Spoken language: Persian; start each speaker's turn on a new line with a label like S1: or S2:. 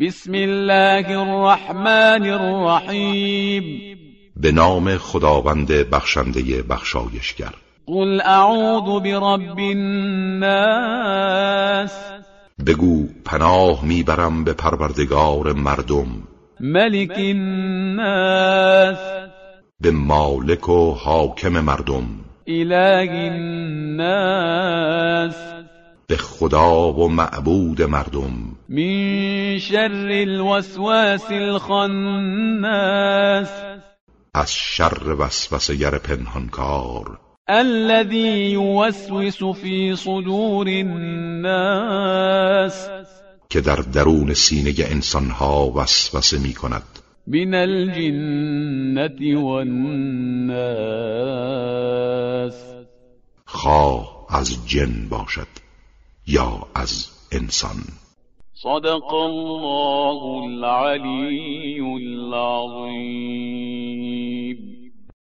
S1: بسم الله الرحمن الرحیم
S2: به نام خداوند بخشنده بخشایشگر
S1: قل اعوذ برب الناس
S2: بگو پناه میبرم به پروردگار مردم
S1: ملک الناس
S2: به مالک و حاکم مردم
S1: اله الناس
S2: به خدا و معبود مردم
S1: من شر الوسواس الخناس
S2: از شر وسوسگر پنهانکار
S1: الذي يوسوس في صدور الناس
S2: که در درون سینه انسانها وسوسه می کند
S1: من الجنة والناس
S2: خواه از جن باشد یا از انسان
S1: صدق الله العلي العظيم